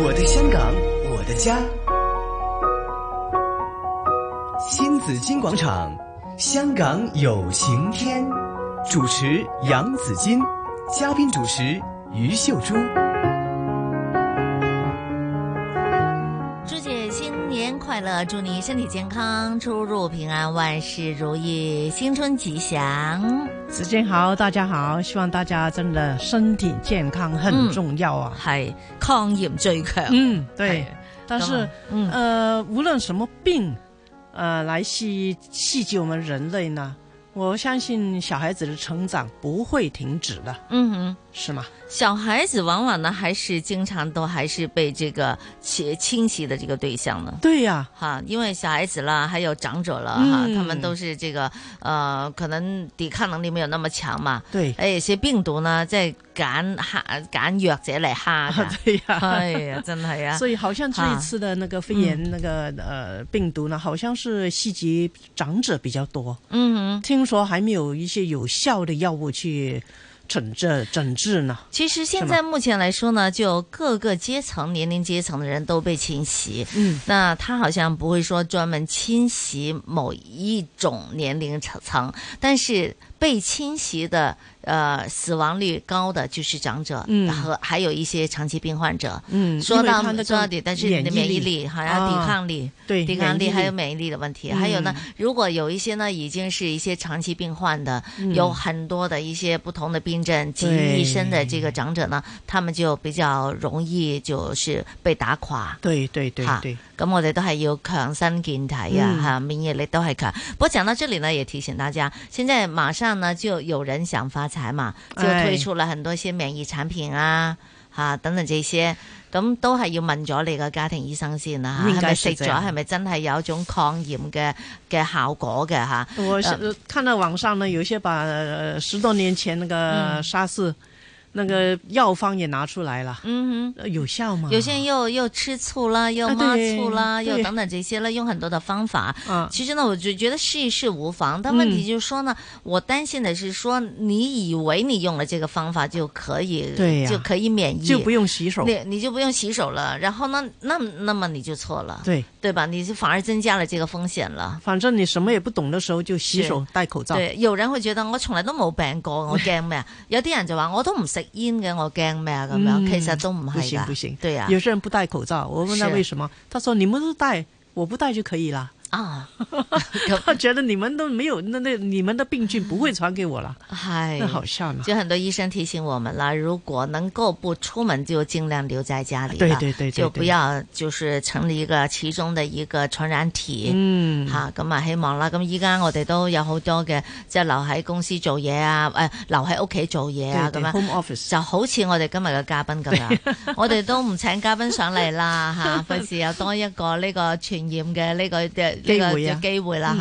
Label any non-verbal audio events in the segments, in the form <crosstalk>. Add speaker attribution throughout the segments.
Speaker 1: 我的香港，我的家。新紫金广场，香港有晴天。主持杨紫金，嘉宾主持于秀珠。
Speaker 2: 朱姐，新年快乐！祝你身体健康，出入平安，万事如意，新春吉祥。
Speaker 3: 子健好，大家好，希望大家真的身体健康很重要啊。
Speaker 2: 系抗炎最强。
Speaker 3: 嗯，
Speaker 2: 对
Speaker 3: 对。
Speaker 2: 当
Speaker 3: 但
Speaker 2: 然
Speaker 3: 是，
Speaker 2: 嗯
Speaker 3: 呃，无论什么病，呃，来袭袭击我们人类呢，我相信小孩子的成长不会停止的，
Speaker 2: 嗯哼，
Speaker 3: 是吗？
Speaker 2: 小孩子往往呢，还是经常都还是被这个侵侵袭的这个对象呢。
Speaker 3: 对呀、
Speaker 2: 哈，因为小孩子啦，还有长者了
Speaker 3: 嗯
Speaker 2: 哈，他们都是这个呃，可能抵抗能力没有那么强嘛。
Speaker 3: <laughs> 对，
Speaker 2: 誒，有些病毒呢，即係揀蝦揀弱者嚟蝦 <laughs> 㗎
Speaker 3: 对哎呀、
Speaker 2: 係啊，真係啊。
Speaker 3: 所以好像这一次的那个肺炎那个、呃病毒呢，好像是袭击长者比较多，
Speaker 2: 嗯哼，
Speaker 3: 听说还没有一些有效的药物去诊治诊治呢。
Speaker 2: 其实现在目前来说呢，就各个阶层、年龄阶层的人都被侵袭。
Speaker 3: 嗯，
Speaker 2: 那他好像不会说专门侵袭某一种年龄层层，但是被侵袭的呃死亡率高的就是长者，
Speaker 3: 嗯
Speaker 2: 和还有一些长期病患者。
Speaker 3: 嗯，
Speaker 2: 说到
Speaker 3: 因为它那个
Speaker 2: 说到底，但是你的免疫力好像抵
Speaker 3: 啊
Speaker 2: 抗力，
Speaker 3: 对
Speaker 2: 抵抗力还有
Speaker 3: 免
Speaker 2: 免疫力的问题，
Speaker 3: 嗯
Speaker 2: 还有呢，如果有一些呢已经是一些长期病患的，
Speaker 3: 嗯
Speaker 2: 有很多的一些不同的病症集于
Speaker 3: 对
Speaker 2: 一身的这个长者呢，他们就比较容易就是被打垮。
Speaker 3: 疫力对对
Speaker 2: 哈
Speaker 3: 对对，
Speaker 2: 咁我哋都系要强身健体啊，
Speaker 3: 嗯
Speaker 2: 哈、免疫力都系强。不过讲到这里呢，也提醒大家，现在马上呢就有人想发财嘛，就
Speaker 3: 哎
Speaker 2: 推出了很多一些免疫产品啊，吓、等等这些，咁都系要問咗你嘅家庭醫生先啦、
Speaker 3: 應
Speaker 2: 係咪
Speaker 3: 該
Speaker 2: 食
Speaker 3: 是這
Speaker 2: 咗
Speaker 3: 樣
Speaker 2: 係咪真係有一種抗炎嘅嘅效果嘅吓？
Speaker 3: 我是呃看到网上呢，有一些把呃十多年前那个
Speaker 2: 嗯
Speaker 3: 沙士、那个药方也拿出来了，
Speaker 2: 嗯
Speaker 3: 呃有效吗？
Speaker 2: 哼，有些人又又吃醋啦，又
Speaker 3: 啊
Speaker 2: 抹
Speaker 3: 对
Speaker 2: 醋啦，又
Speaker 3: 对
Speaker 2: 等等这些啦，用很多的方法。
Speaker 3: 啊，
Speaker 2: 其实呢，我就觉得试一试无妨，但问题
Speaker 3: 嗯
Speaker 2: 就是说呢，我担心的是说，你以为你用了这个方法就可以，
Speaker 3: 对呀
Speaker 2: 就可以免疫，
Speaker 3: 就不用洗手，
Speaker 2: 你你就不用洗手了，然后呢，那那么你就错了，
Speaker 3: 对，
Speaker 2: 对吧？你就反而增加了这个风险了。
Speaker 3: 反正你什么也不懂的时候就洗手、戴口罩，
Speaker 2: 對，有人會覺得我從來都冇病過，
Speaker 3: <laughs>
Speaker 2: 我驚咩啊？有啲人就話我都唔食煙嘅，我驚咩啊？咁樣
Speaker 3: 嗯
Speaker 2: 其實都唔
Speaker 3: 不
Speaker 2: 係
Speaker 3: 行不
Speaker 2: 㗎，
Speaker 3: 行。
Speaker 2: 對啊，
Speaker 3: 有些人不戴口罩，我问他
Speaker 2: 是
Speaker 3: 为什么，他说你们都戴，我不戴就可以
Speaker 2: <laughs>
Speaker 3: 了。 <laughs>
Speaker 2: 啊，
Speaker 3: 他觉得你们都没有，那那你们的病菌不会传给我了，那
Speaker 2: 係
Speaker 3: 好。笑呢。
Speaker 2: <laughs> 就很多医生提醒我们了，如果能够不出门，就尽量留在家里了，
Speaker 3: 对对对对对
Speaker 2: 就不要就是成了一个其中的一个传染体。
Speaker 3: 嗯，
Speaker 2: 吓咁啊，希望啦。咁依家我哋都有好多嘅，即係留喺公司做嘢啊，诶、留喺屋企做嘢啊，
Speaker 3: 对
Speaker 2: 咁
Speaker 3: 对
Speaker 2: 樣。
Speaker 3: ，home office，
Speaker 2: 就好似我哋今日嘅嘉賓咁
Speaker 3: <laughs>
Speaker 2: 樣，我哋都唔請嘉賓上嚟啦吓，費事有多一個呢個傳染嘅呢個嘅呢個
Speaker 3: 機會啊
Speaker 2: 嘅機會啦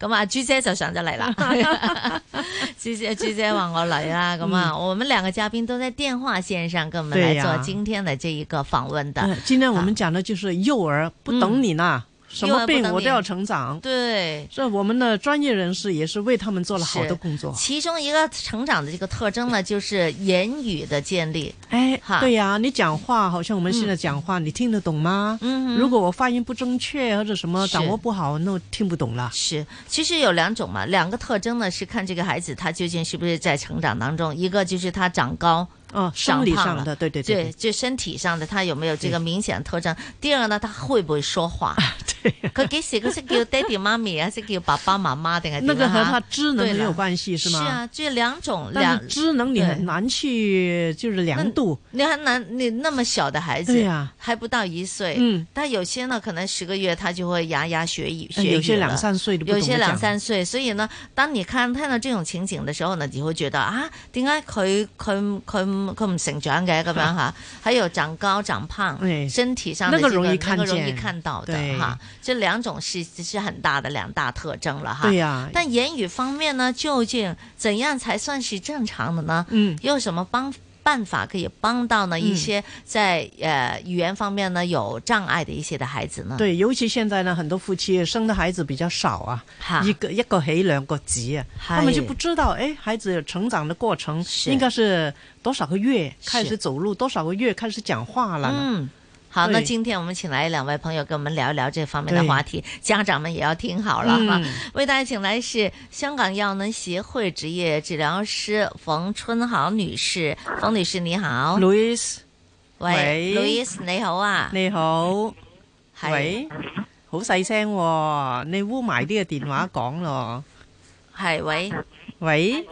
Speaker 2: 吓。咁啊，朱姐就上咗嚟啦。
Speaker 3: <laughs>
Speaker 2: <laughs> 朱姐，朱姐話我嚟啦。咁啊，我們兩個嘉賓都在電話線上跟我們來
Speaker 3: 嗯對呀
Speaker 2: 做今天的這一個訪問的。啊
Speaker 3: 嗯今天我们讲的就是幼儿不等你呢，什
Speaker 2: 幼儿
Speaker 3: 么
Speaker 2: 不等
Speaker 3: 病
Speaker 2: 你
Speaker 3: 我都要成长。
Speaker 2: 對，
Speaker 3: 这我们的专业人士也是为他们做了好
Speaker 2: 是
Speaker 3: 多工作。
Speaker 2: 其中一個成長的這個特徵呢，就是言語的建立。
Speaker 3: 哎
Speaker 2: 哈，
Speaker 3: 对呀、你讲话好像我们现在讲话，你听得懂吗？
Speaker 2: 嗯哼
Speaker 3: 如果我发音不正确或者什么
Speaker 2: 是
Speaker 3: 掌握不好，那我听不懂了。
Speaker 2: 是，其实有两种嘛，两个特征呢是看这个孩子他究竟是不是在成长当中，一个就是他长高，
Speaker 3: 哦，
Speaker 2: 长
Speaker 3: 生理
Speaker 2: 胖
Speaker 3: 上
Speaker 2: 了
Speaker 3: 的，对对
Speaker 2: 对，
Speaker 3: 对
Speaker 2: 就身体上的他有没有这个
Speaker 3: 对啊
Speaker 2: 明显的特征。第二呢，他会不会说话？
Speaker 3: 对，
Speaker 2: 佢几时佢识叫爹哋妈咪啊，识叫爸爸妈妈定系
Speaker 3: 那
Speaker 2: 点
Speaker 3: 个和
Speaker 2: 啊
Speaker 3: 他智能
Speaker 2: 对
Speaker 3: 没有
Speaker 2: 了
Speaker 3: 关系是
Speaker 2: 是
Speaker 3: 吗？
Speaker 2: 啊，这两种
Speaker 3: 但
Speaker 2: 两
Speaker 3: 是，智能你
Speaker 2: 对
Speaker 3: 很难去就是
Speaker 2: 那
Speaker 3: 量度，
Speaker 2: 你还难，你那么小的孩子，
Speaker 3: 对呀、
Speaker 2: 还不到一岁，
Speaker 3: 嗯，
Speaker 2: 但有些呢，可能十个月他就会牙牙学语，学
Speaker 3: 呃有些
Speaker 2: 语
Speaker 3: 两
Speaker 2: 了
Speaker 3: 三岁的不
Speaker 2: 有
Speaker 3: 懂得
Speaker 2: 些兩
Speaker 3: 讲，
Speaker 2: 三歲，所以呢，當你看看到這種情景嘅時候呢，你會覺得啊，點解佢佢佢唔佢唔成長嘅咁樣嚇？還有長高長胖，
Speaker 3: 哎
Speaker 2: 身體上的
Speaker 3: 那個
Speaker 2: 這個
Speaker 3: 容
Speaker 2: 那
Speaker 3: 易看
Speaker 2: 個
Speaker 3: 見
Speaker 2: 容易看到的
Speaker 3: 對
Speaker 2: 哈，這兩種是是很大的兩大特徵了哈
Speaker 3: 对。呀、
Speaker 2: 但言語方面呢，究竟怎樣才算是正常的呢？
Speaker 3: 嗯，
Speaker 2: 有什麼幫辦法可以幫到呢一些在呃語言方面呢有障礙的一些的孩子呢？
Speaker 3: 对，尤其现在呢，很多夫妻生的孩子比较少啊，
Speaker 2: 哈，
Speaker 3: 一个一个起两个子啊，他们就不
Speaker 2: 係
Speaker 3: 知道，哎，孩子成长的过程
Speaker 2: 是
Speaker 3: 应该是多少个月
Speaker 2: 是
Speaker 3: 开始走路，多少个月开始讲话了呢？
Speaker 2: 嗯。好，那
Speaker 3: 对
Speaker 2: 今天我们请来两位朋友跟我们聊一聊这方面的
Speaker 3: 对
Speaker 2: 话题，家长们也要听好
Speaker 3: 嗯
Speaker 2: 了
Speaker 3: 啊
Speaker 2: 哈。为大家请来是香港药能协会职业治疗师冯春豪女士，冯女士你好，
Speaker 3: 啊，Louis，
Speaker 2: 喂
Speaker 3: 喂
Speaker 2: ，Louis 你好啊，
Speaker 3: 你好，
Speaker 2: 係
Speaker 3: 喂，好細聲喎，你污埋呢個電話講咯，
Speaker 2: 係喂，
Speaker 3: 喂，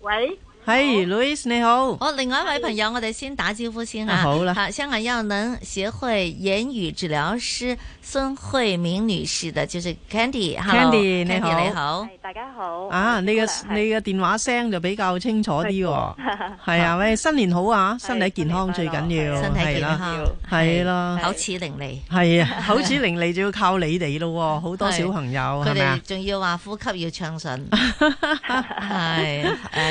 Speaker 4: 喂，
Speaker 3: 係 Louis 你好，
Speaker 2: 好，哦另外一位朋友我哋先打招呼先啊，
Speaker 3: 啊好啦
Speaker 2: 好，香港药能协会言語治療師孫慧明女士的，就是 Candy，Hello，
Speaker 3: Candy，你好
Speaker 2: 你好，
Speaker 4: 系大家好。
Speaker 3: 啊，
Speaker 4: <laughs> 我係
Speaker 3: 你嘅
Speaker 4: 小姑娘
Speaker 3: 你嘅電話聲就比較清楚啲喎，
Speaker 4: 係
Speaker 3: <laughs> 係啊，喂，新年好啊，身體健康
Speaker 4: 新
Speaker 3: 最
Speaker 4: 年快樂
Speaker 3: 緊要，
Speaker 2: 身體
Speaker 3: 係
Speaker 2: 健
Speaker 3: 啦。
Speaker 2: 康，
Speaker 3: 係啦
Speaker 2: 口齒伶俐。
Speaker 3: 係啊，口齒伶俐就要靠你哋咯喎，好多小朋友
Speaker 2: 佢
Speaker 3: 係咪
Speaker 2: 哋
Speaker 3: 啊？
Speaker 2: 仲要話呼吸要暢
Speaker 3: <laughs>
Speaker 2: 順，係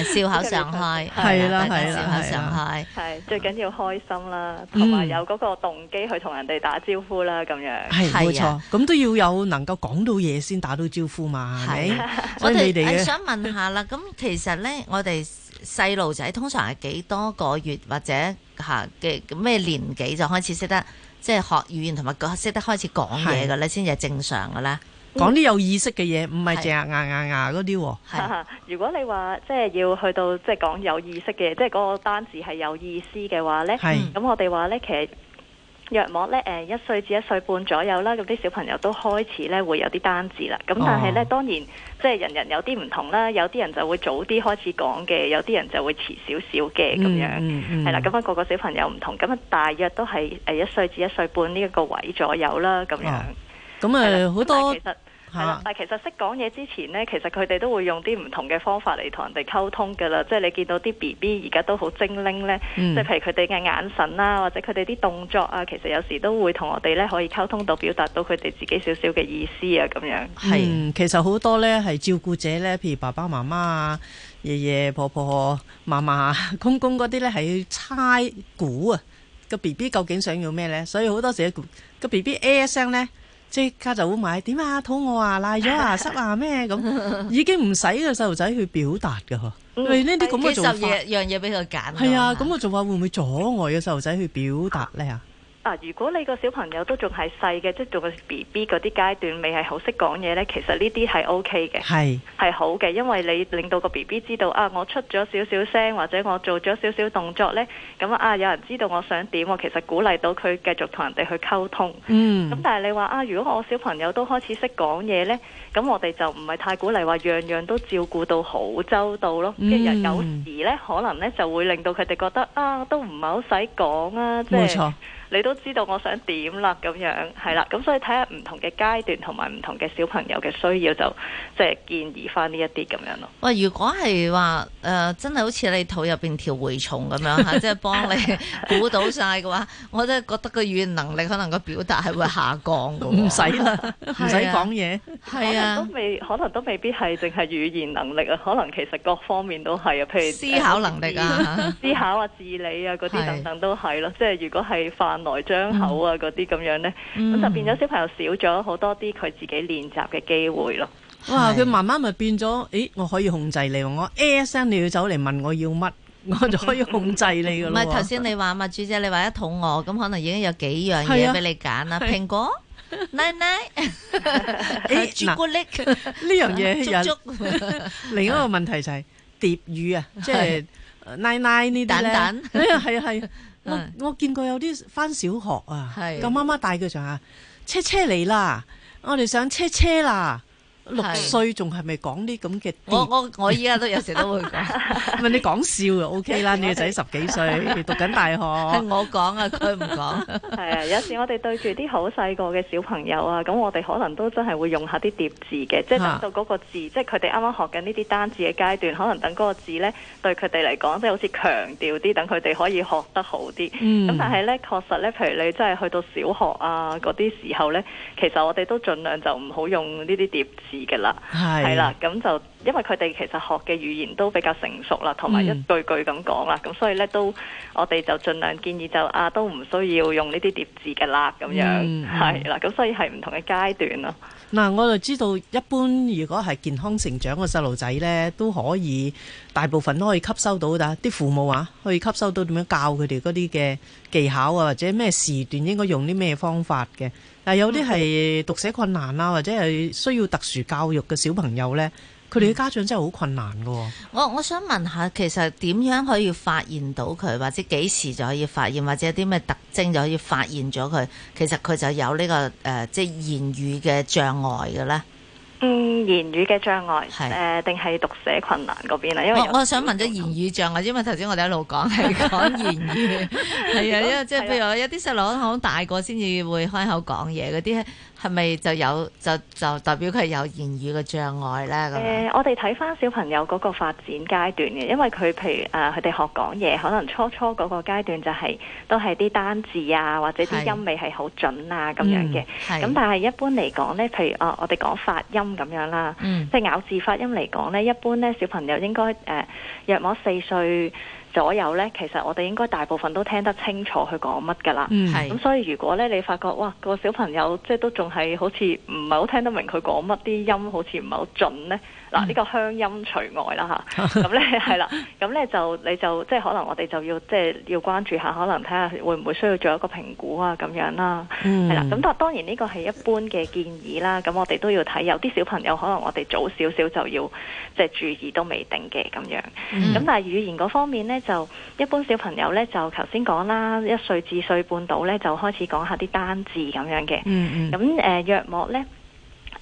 Speaker 2: 誒笑口常開，
Speaker 3: 係啦
Speaker 2: 大家
Speaker 3: 係啦
Speaker 2: 笑口常開。
Speaker 4: 係最緊要開心啦，同埋
Speaker 3: 嗯
Speaker 4: 有嗰個動機去同人哋打招呼啦，咁樣。
Speaker 3: 係冇
Speaker 2: 係啊
Speaker 3: 錯，咁都要有能夠講到嘢先打到招呼嘛，係
Speaker 2: 係
Speaker 3: 咪？
Speaker 2: 我
Speaker 3: 所以你
Speaker 2: 哋誒
Speaker 3: 哋嘅
Speaker 2: 想問下啦，咁其實咧，我哋細路仔通常係幾多個月或者嚇嘅咩年紀就開始識得即係學語言同埋講識得開始講嘢嘅咧，先至係正常嘅咧？
Speaker 3: 講啲有意識嘅嘢，唔係
Speaker 2: 係
Speaker 3: 淨係牙牙牙嗰啲喎。
Speaker 2: 係
Speaker 4: 如果你話即係要去到即係講有意識嘅，即係嗰個單字係有意思嘅話呢，
Speaker 3: 係
Speaker 2: 嗯
Speaker 4: 咁我哋話呢，其實。約莫呢，誒一歲至一歲半左右啦，咁啲小朋友都開始呢會有啲單字啦。咁但係呢，
Speaker 3: 哦
Speaker 4: 當然即係人人有啲唔同啦，有啲人就會早啲開始講嘅，有啲人就會遲少少嘅咁樣。
Speaker 3: 嗯嗯
Speaker 4: 係啦，咁啊個個小朋友唔同，咁啊大約都係呃誒一歲至一歲半呢一個位左右啦，咁樣
Speaker 3: 哦。咁啊，好多
Speaker 4: 咁但係其實係
Speaker 3: 嚇，
Speaker 4: 啦但係其實識講嘢之前呢，其實佢哋都會用啲唔同嘅方法嚟同人哋溝通㗎啦。即係你見到啲 B B 而家都好精靈呢，
Speaker 3: 嗯
Speaker 4: 即係譬如佢哋嘅眼神啦，或者佢哋啲動作啊，其實有時都會同我哋呢可以溝通到，表達到佢哋自己少少嘅意思啊，咁樣。
Speaker 2: 係
Speaker 3: 嗯，其實好多咧係照顧者咧，譬如爸爸媽媽啊、爺爺婆婆、嫲嫲、 <laughs> 公公嗰啲咧係要猜估啊個 B B 究竟想要咩咧，所以好多時個 B B A 一聲咧。即刻就會買點啊，肚餓啊，賴咗啊，濕啊咩咁，已經唔使個細路仔去表達嘅呵。
Speaker 4: 嗯
Speaker 3: 喂，呢啲咁嘅
Speaker 2: 幾十
Speaker 3: 做法，
Speaker 2: 嘢樣嘢俾佢揀㗎嘛。
Speaker 3: 係啊，咁嘅做法會唔會阻礙個細路仔去表達咧啊？
Speaker 4: 啊！如果你個小朋友都仲係細嘅，即係仲係 B B 嗰啲階段，未係好識講嘢呢，其實呢啲係 O K 嘅。
Speaker 3: 係，
Speaker 4: 係好嘅，因為你令到個 B B 知道啊，我出咗少少聲或者我做咗少少動作呢，咁啊有人知道我想點，我其實鼓勵到佢繼續同人哋去溝通。
Speaker 3: 嗯
Speaker 4: 咁、，但係你話啊，如果我小朋友都開始識講嘢呢，咁我哋就唔係太鼓勵話樣樣都照顧到好周到咯。
Speaker 3: 嗯
Speaker 4: 即係有時呢，可能呢就會令到佢哋覺得啊，都唔係好使講啊，即
Speaker 3: 冇
Speaker 4: 係
Speaker 3: 錯，
Speaker 4: 你都知道我想點啦咁樣，係啦。咁所以睇下唔同嘅階段同埋唔同嘅小朋友嘅需要，就即係建議翻呢一啲咁樣咯。
Speaker 2: 喂，如果係話誒，真係好似你肚入邊條蛔蟲咁
Speaker 3: <laughs>
Speaker 2: 樣嚇，即係幫你估到晒嘅話，我真係覺得個語言能力可能個表達係會下降嘅喎。
Speaker 3: 唔使啦，唔使
Speaker 2: 係啊
Speaker 3: 講嘢。
Speaker 2: 係
Speaker 4: 可
Speaker 2: 啊
Speaker 4: 能，都未，可能都未必係淨係語言能力啊，可能其實各方面都係啊，譬如
Speaker 2: 思考能力。啊，
Speaker 4: 思考啊、自理啊嗰
Speaker 2: 係
Speaker 4: 啲等等都係咯，即係如果係飯來張口啊嗰啲咁樣呢，咁、
Speaker 2: 嗯
Speaker 4: 就變咗小朋友少咗好多啲佢自己練習嘅機會咯。
Speaker 3: 哇！
Speaker 2: 係
Speaker 3: 佢慢慢咪變咗，咦？我可以控制你喎，我 A 一聲你要走嚟問我要乜， <laughs> 我就可以控制你噶
Speaker 2: 唔
Speaker 3: 咯喎。
Speaker 2: 係頭先你話嘛，朱姐你話一肚餓咁，可能已經有幾樣
Speaker 3: 係
Speaker 2: 嘢
Speaker 3: 啊
Speaker 2: 俾你揀啦，蘋果、
Speaker 3: <laughs>
Speaker 2: 奶奶、啊
Speaker 3: 誒哎
Speaker 2: 朱古
Speaker 3: <laughs>
Speaker 2: 力、
Speaker 3: 呢樣嘢
Speaker 2: 竹
Speaker 3: 有
Speaker 2: 竹、
Speaker 3: <laughs> 另一個問題就係疊語啊，即係呃奶奶呢啲
Speaker 2: 蛋
Speaker 3: 咧。
Speaker 2: 蛋
Speaker 3: 哎呀，係啊
Speaker 2: <laughs>
Speaker 3: 係啊，
Speaker 2: 係
Speaker 3: 我我見過有啲翻小學啊，
Speaker 2: 係
Speaker 3: 個媽媽帶佢上下車車嚟啦，我哋上車車啦。六
Speaker 2: 係
Speaker 3: 歲仲係咪講啲咁嘅
Speaker 2: 我
Speaker 3: 疊？
Speaker 2: 我我依家都有時都會講，
Speaker 3: <laughs> 問你講笑啊
Speaker 2: <laughs>
Speaker 3: OK 啦，你個仔十幾歲，讀緊大學
Speaker 2: 係。我講啊，佢唔講，
Speaker 4: <laughs> 係啊，有時我哋對住啲好細個嘅小朋友啊，咁我哋可能都真係會用下啲疊字嘅，即係
Speaker 3: 啊
Speaker 4: 等到嗰個字，即係佢哋啱啱學緊呢啲單字嘅階段，可能等嗰個字呢對佢哋嚟講，即係好似強調啲，等佢哋可以學得好啲。咁、
Speaker 3: 嗯
Speaker 4: 但係呢，確實呢，譬如你真係去到小學啊嗰啲時候呢，其實我哋都盡量就唔好用呢啲疊字嘅啦。係啦，咁就因為佢哋其實學嘅語言都比較成熟啦，同埋一
Speaker 3: 嗯
Speaker 4: 句句咁講啦，咁、所以咧都我哋就盡量建議就啊都唔需要用呢啲疊字嘅啦，咁樣
Speaker 3: 嗯嗯
Speaker 4: 係啦，咁、所以係唔同嘅階段咯。
Speaker 3: 嗱，我就知道一般如果係健康成長嘅細路仔呢，都可以大部分都可以吸收到，但啲父母啊，可以吸收到點樣教佢哋嗰啲嘅技巧啊，或者咩時段應該用啲咩方法嘅。但係有
Speaker 4: 嗯
Speaker 3: 啲係讀寫困難啊，或者係需要特殊教育嘅小朋友呢，佢
Speaker 4: 嗯
Speaker 3: 哋嘅家長真係好困難㗎喎。
Speaker 2: 我我想問下，其實點樣可以發現到佢，或者幾時就可以發現，或者有啲咩特徵就可以發現咗佢？其實佢就有呢、個誒、呃即係言語嘅障礙嘅咧。
Speaker 4: 嗯，言語嘅障礙，
Speaker 2: 係
Speaker 4: 誒定係讀寫困難嗰邊啊？因為有
Speaker 2: 我我想問咗言語障礙，因為頭先我哋一路講係講
Speaker 4: <laughs>
Speaker 2: 言語，係啊，因為即係譬如話有啲細路可能大個先至會開口講嘢嗰啲，係咪就有就就代表佢有言語嘅障礙咧？咁
Speaker 4: 誒、
Speaker 2: 樣
Speaker 4: 我哋睇翻小朋友嗰個發展階段嘅，因為佢譬如誒，呃佢、哋學講嘢，可能初初嗰個階段就係、都係啲單字啊，或者啲
Speaker 2: 係
Speaker 4: 音尾係好準啊咁樣嘅。
Speaker 2: 係
Speaker 4: 咁、但係一般嚟講呢，譬如啊、呃我哋講發音咁樣啦，
Speaker 2: 嗯
Speaker 4: 即係咬字發音嚟講呢，一般呢小朋友應該誒、呃、約莫四歲左右呢，其實我哋應該大部分都聽得清楚佢講乜㗎啦。
Speaker 3: 嗯
Speaker 2: 係
Speaker 4: 咁所以如果咧你發覺哇個小朋友即係都仲係好似唔係好聽得明佢講乜啲音好似唔係好準咧，嗱呢個鄉音除外啦吓，咁咧係啦，咁咧就你就即係可能我哋就要即係要關注下，可能睇下會唔會需要做一個評估啊咁樣啦，
Speaker 3: 嗯
Speaker 4: 係啦、咁但當然呢個係一般嘅建議啦，咁我哋都要睇有啲小朋友可能我哋早少少就要即係注意都未定嘅咁樣。
Speaker 2: 嗯
Speaker 4: 咁但係語言嗰方面呢，就一般小朋友呢，就頭先講啦，一歲至歲半到呢，就開始講下啲單字咁樣嘅。
Speaker 3: 嗯
Speaker 4: 咁誒、呃、約莫呢，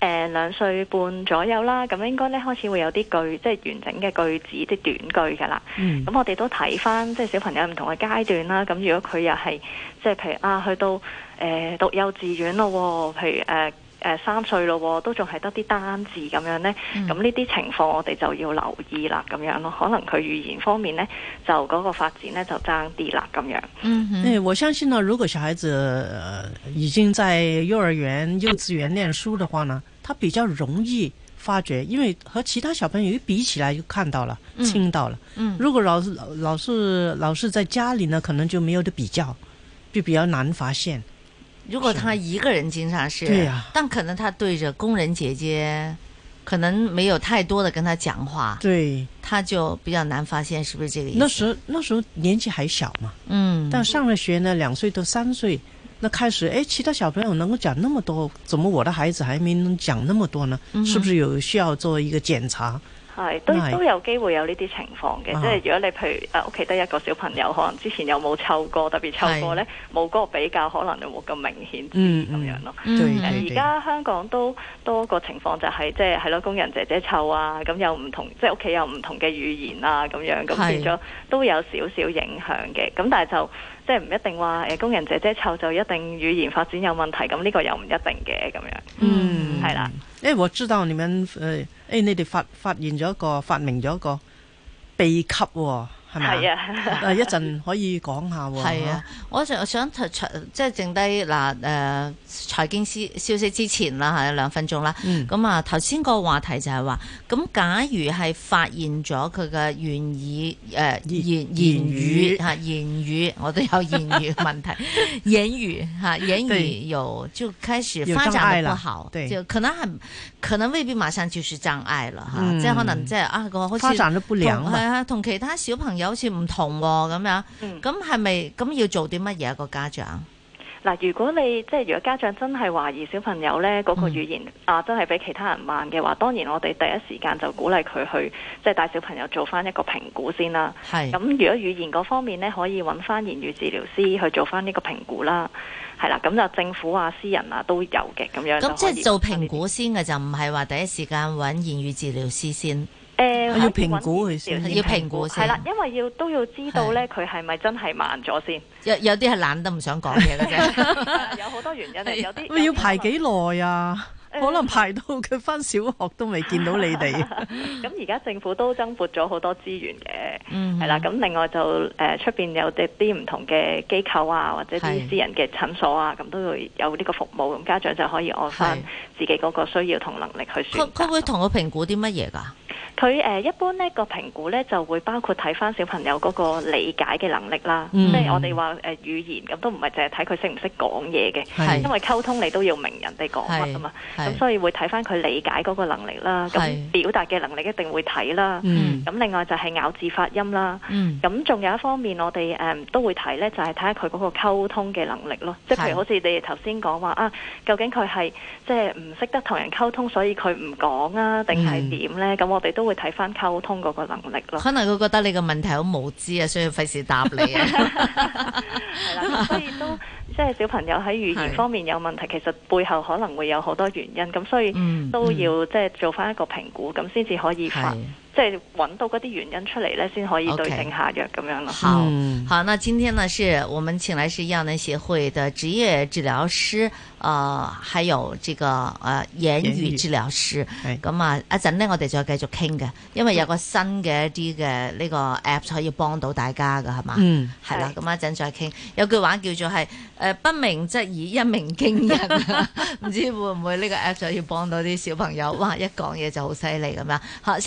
Speaker 4: 誒、兩歲半左右啦，咁應該呢，開始會有啲句，即係完整嘅句子，啲短句㗎啦。
Speaker 3: 嗯
Speaker 4: 咁我哋都睇翻即係小朋友唔同嘅階段啦。咁如果佢又係即係譬如啊，去到誒、呃、讀幼稚園咯喎，譬如誒。呃誒三歲咯喎，都仲係得啲單字咁樣呢。
Speaker 3: 嗯
Speaker 4: 咁呢啲情況我哋就要留意啦，咁樣咯。可能佢語言方面呢，就嗰個發展呢，就爭啲啦，咁樣。
Speaker 2: 嗯哼
Speaker 3: 哎，我相信呢，如果小孩子、呃已经在幼儿园、幼稚园念书的话呢，他比较容易发觉，因为和其他小朋友一比起来就看到了、
Speaker 2: 嗯
Speaker 3: 听到了。
Speaker 2: 嗯
Speaker 3: 如果老是老老是老是在家里呢，可能就没有的比较，就比较难发现。
Speaker 2: 如果他一个人经常是，
Speaker 3: 对呀
Speaker 2: 但可能他对着工人姐姐，可能没有太多的跟他讲话，
Speaker 3: 对，
Speaker 2: 他就比较难发现是不是这个意思？
Speaker 3: 那时候那时候年纪还小嘛，
Speaker 2: 嗯，
Speaker 3: 但上了学呢，两岁到三岁，那开始哎，其他小朋友能够讲那么多，怎么我的孩子还没能讲那么多呢？
Speaker 2: 嗯哼
Speaker 3: 是不是有需要做一个检查？
Speaker 4: 係都
Speaker 3: 係
Speaker 4: 都有機會有呢啲情況嘅，
Speaker 3: 啊
Speaker 4: 即係如果你譬如啊誒屋企得一個小朋友，可能之前有冇湊過，特別湊過呢，冇嗰個比較，可能就冇咁明顯
Speaker 3: 嗯
Speaker 4: 咁樣咯。
Speaker 2: 嗯
Speaker 3: 對
Speaker 2: 嗯
Speaker 3: 對
Speaker 4: 呃而
Speaker 3: 對。
Speaker 4: 家香港都多個情況就係即係係咯，工人姐姐湊啊，咁有唔同，即係屋企有唔同嘅語言啊，咁樣咁
Speaker 2: 係
Speaker 4: 變咗都有少少影響嘅。咁但係就即係唔一定話誒工人姐姐湊就一定語言發展有問題，咁呢個又唔一定嘅咁樣，
Speaker 3: 嗯
Speaker 4: 係啦。
Speaker 3: 誒、我知道你呃們誒，誒、你哋發發現咗一個發明咗一個秘笈喎、係咪？
Speaker 4: 係啊。
Speaker 3: 誒一陣可以講下喎、
Speaker 2: 係啊，我就想提出即係剩低嗱誒財經消消息之前啦嚇兩分鐘啦。
Speaker 3: 嗯
Speaker 2: 咁啊頭先個話題就係話，咁假如係發現咗佢嘅言語誒、呃
Speaker 3: 言
Speaker 2: 言
Speaker 3: 言
Speaker 2: 言
Speaker 3: 語
Speaker 2: 語嚇言語，我都有言語問題，
Speaker 3: <laughs>
Speaker 2: 言語嚇言
Speaker 3: 對
Speaker 2: 語有就開始
Speaker 3: 有
Speaker 2: 發
Speaker 3: 障礙
Speaker 2: 展得
Speaker 3: 啦
Speaker 2: 不好，
Speaker 3: 對
Speaker 2: 就可能很可能未必馬上就是障礙啦嚇，
Speaker 3: 嗯
Speaker 2: 即係可能即係啊個好
Speaker 3: 發
Speaker 2: 似。
Speaker 3: 展得不良
Speaker 2: 同係
Speaker 3: 嘛，
Speaker 2: 啊，同其他小朋友好似唔同喎咁樣。
Speaker 4: 嗯
Speaker 2: 咁係咪咁要做啲乜嘢個啊家長？
Speaker 4: 嗱，如果你即係如果家長真係懷疑小朋友呢嗰、個
Speaker 2: 嗯
Speaker 4: 語言、啊，真係比其他人慢嘅話，當然我哋第一時間就鼓勵佢去即係帶小朋友做翻一個評估先啦。
Speaker 2: 係
Speaker 4: 咁如果語言嗰方面呢，可以揾翻言語治療師去做翻呢個評估啦。係啦，咁就政府啊、私人啊都有嘅咁樣就可
Speaker 2: 咁
Speaker 4: 以。
Speaker 2: 即係做評估先嘅，就唔係話第一時間揾言語治療師先。
Speaker 4: 誒，
Speaker 3: 啊要
Speaker 4: 可以
Speaker 3: 評估
Speaker 4: 揾
Speaker 3: 佢先
Speaker 4: 言語治療師
Speaker 2: 要評估先
Speaker 4: 係啦，因為要都要知道呢，佢係咪真係慢咗
Speaker 2: <laughs>
Speaker 4: 先？
Speaker 2: 有有啲係懶得唔想講嘢嘅啫。
Speaker 4: <laughs> 有好多原因啊，有啲
Speaker 3: <laughs> 喂要排
Speaker 4: 有啲可能
Speaker 3: 幾耐啊？
Speaker 4: 誒、
Speaker 3: 可能排到佢翻小學都未見到你哋。
Speaker 4: 咁而家政府都增撥咗好多資源嘅，
Speaker 2: 嗯
Speaker 4: 係啦、咁另外就誒出邊有啲啲唔同嘅機構啊，或者
Speaker 2: 係
Speaker 4: 啲私人嘅診所啊，咁都會有呢個服務，咁家長就可以按翻
Speaker 2: 係
Speaker 4: 自己嗰個需要同能力去選
Speaker 2: 佢佢
Speaker 4: 擇
Speaker 2: 會。同我評估啲乜嘢㗎？
Speaker 4: 佢誒、呃一般呢個評估呢，就會包括睇翻小朋友嗰個理解嘅能力啦，
Speaker 3: 嗯
Speaker 4: 即係我哋話誒語言咁都唔係淨係睇佢識唔識講嘢嘅，
Speaker 2: 係
Speaker 4: 因為溝通你都要明人哋講乜啊嘛，
Speaker 2: 係
Speaker 4: 咁所以會睇翻佢理解嗰個能力啦，
Speaker 2: 係
Speaker 4: 咁表達嘅能力一定會睇啦，
Speaker 3: 嗯
Speaker 4: 咁另外就係咬字發音啦。 <laughs>
Speaker 2: 嗯
Speaker 4: 咁仲有一方面，我哋誒、嗯都會睇呢，就係睇下佢嗰個溝通嘅能力咯。即係譬
Speaker 2: 係
Speaker 4: 如好似你哋頭先講話啊，究竟佢係即係唔識得同人溝通，所以佢唔講啊，定
Speaker 2: 嗯
Speaker 4: 係點呢？咁、我哋都會睇翻溝通嗰個能力咯。
Speaker 2: 可能佢覺得你個問題好無知啊，所以費事答你
Speaker 4: <laughs>
Speaker 2: 啊。
Speaker 4: 係啦，咁所以
Speaker 2: <laughs>
Speaker 4: 都即係小朋友喺語言
Speaker 2: 係
Speaker 4: 方面有問題，其實背後可能會有好多原因，咁所以
Speaker 2: 嗯
Speaker 4: 都
Speaker 2: 嗯
Speaker 4: 要即係做翻一個評估，咁先至可以發
Speaker 2: 係
Speaker 4: 即係揾到嗰啲原因出嚟呢，先可以
Speaker 2: OK
Speaker 4: 對症下藥咁樣咯。
Speaker 2: 好、
Speaker 3: 嗯
Speaker 2: 好，那今天呢，是我们请来是药能协会的职业治疗师，呃，还有这个呃言
Speaker 3: 言哎
Speaker 2: 语
Speaker 3: 語
Speaker 2: 治療師。
Speaker 3: 係
Speaker 2: 咁啊，一陣呢，我哋再繼續傾嘅，因為有個新嘅一啲嘅呢個 app 可以幫到大家嘅，係嘛？
Speaker 3: 嗯，
Speaker 2: 係啦，
Speaker 4: 係
Speaker 2: 咁啊一陣再傾。有句話叫做係誒不鳴則已，一鳴驚
Speaker 3: <laughs>
Speaker 2: 人。唔知會唔會呢個 app 就要幫到啲小朋友？哇！一講嘢就好犀利咁樣。好，先。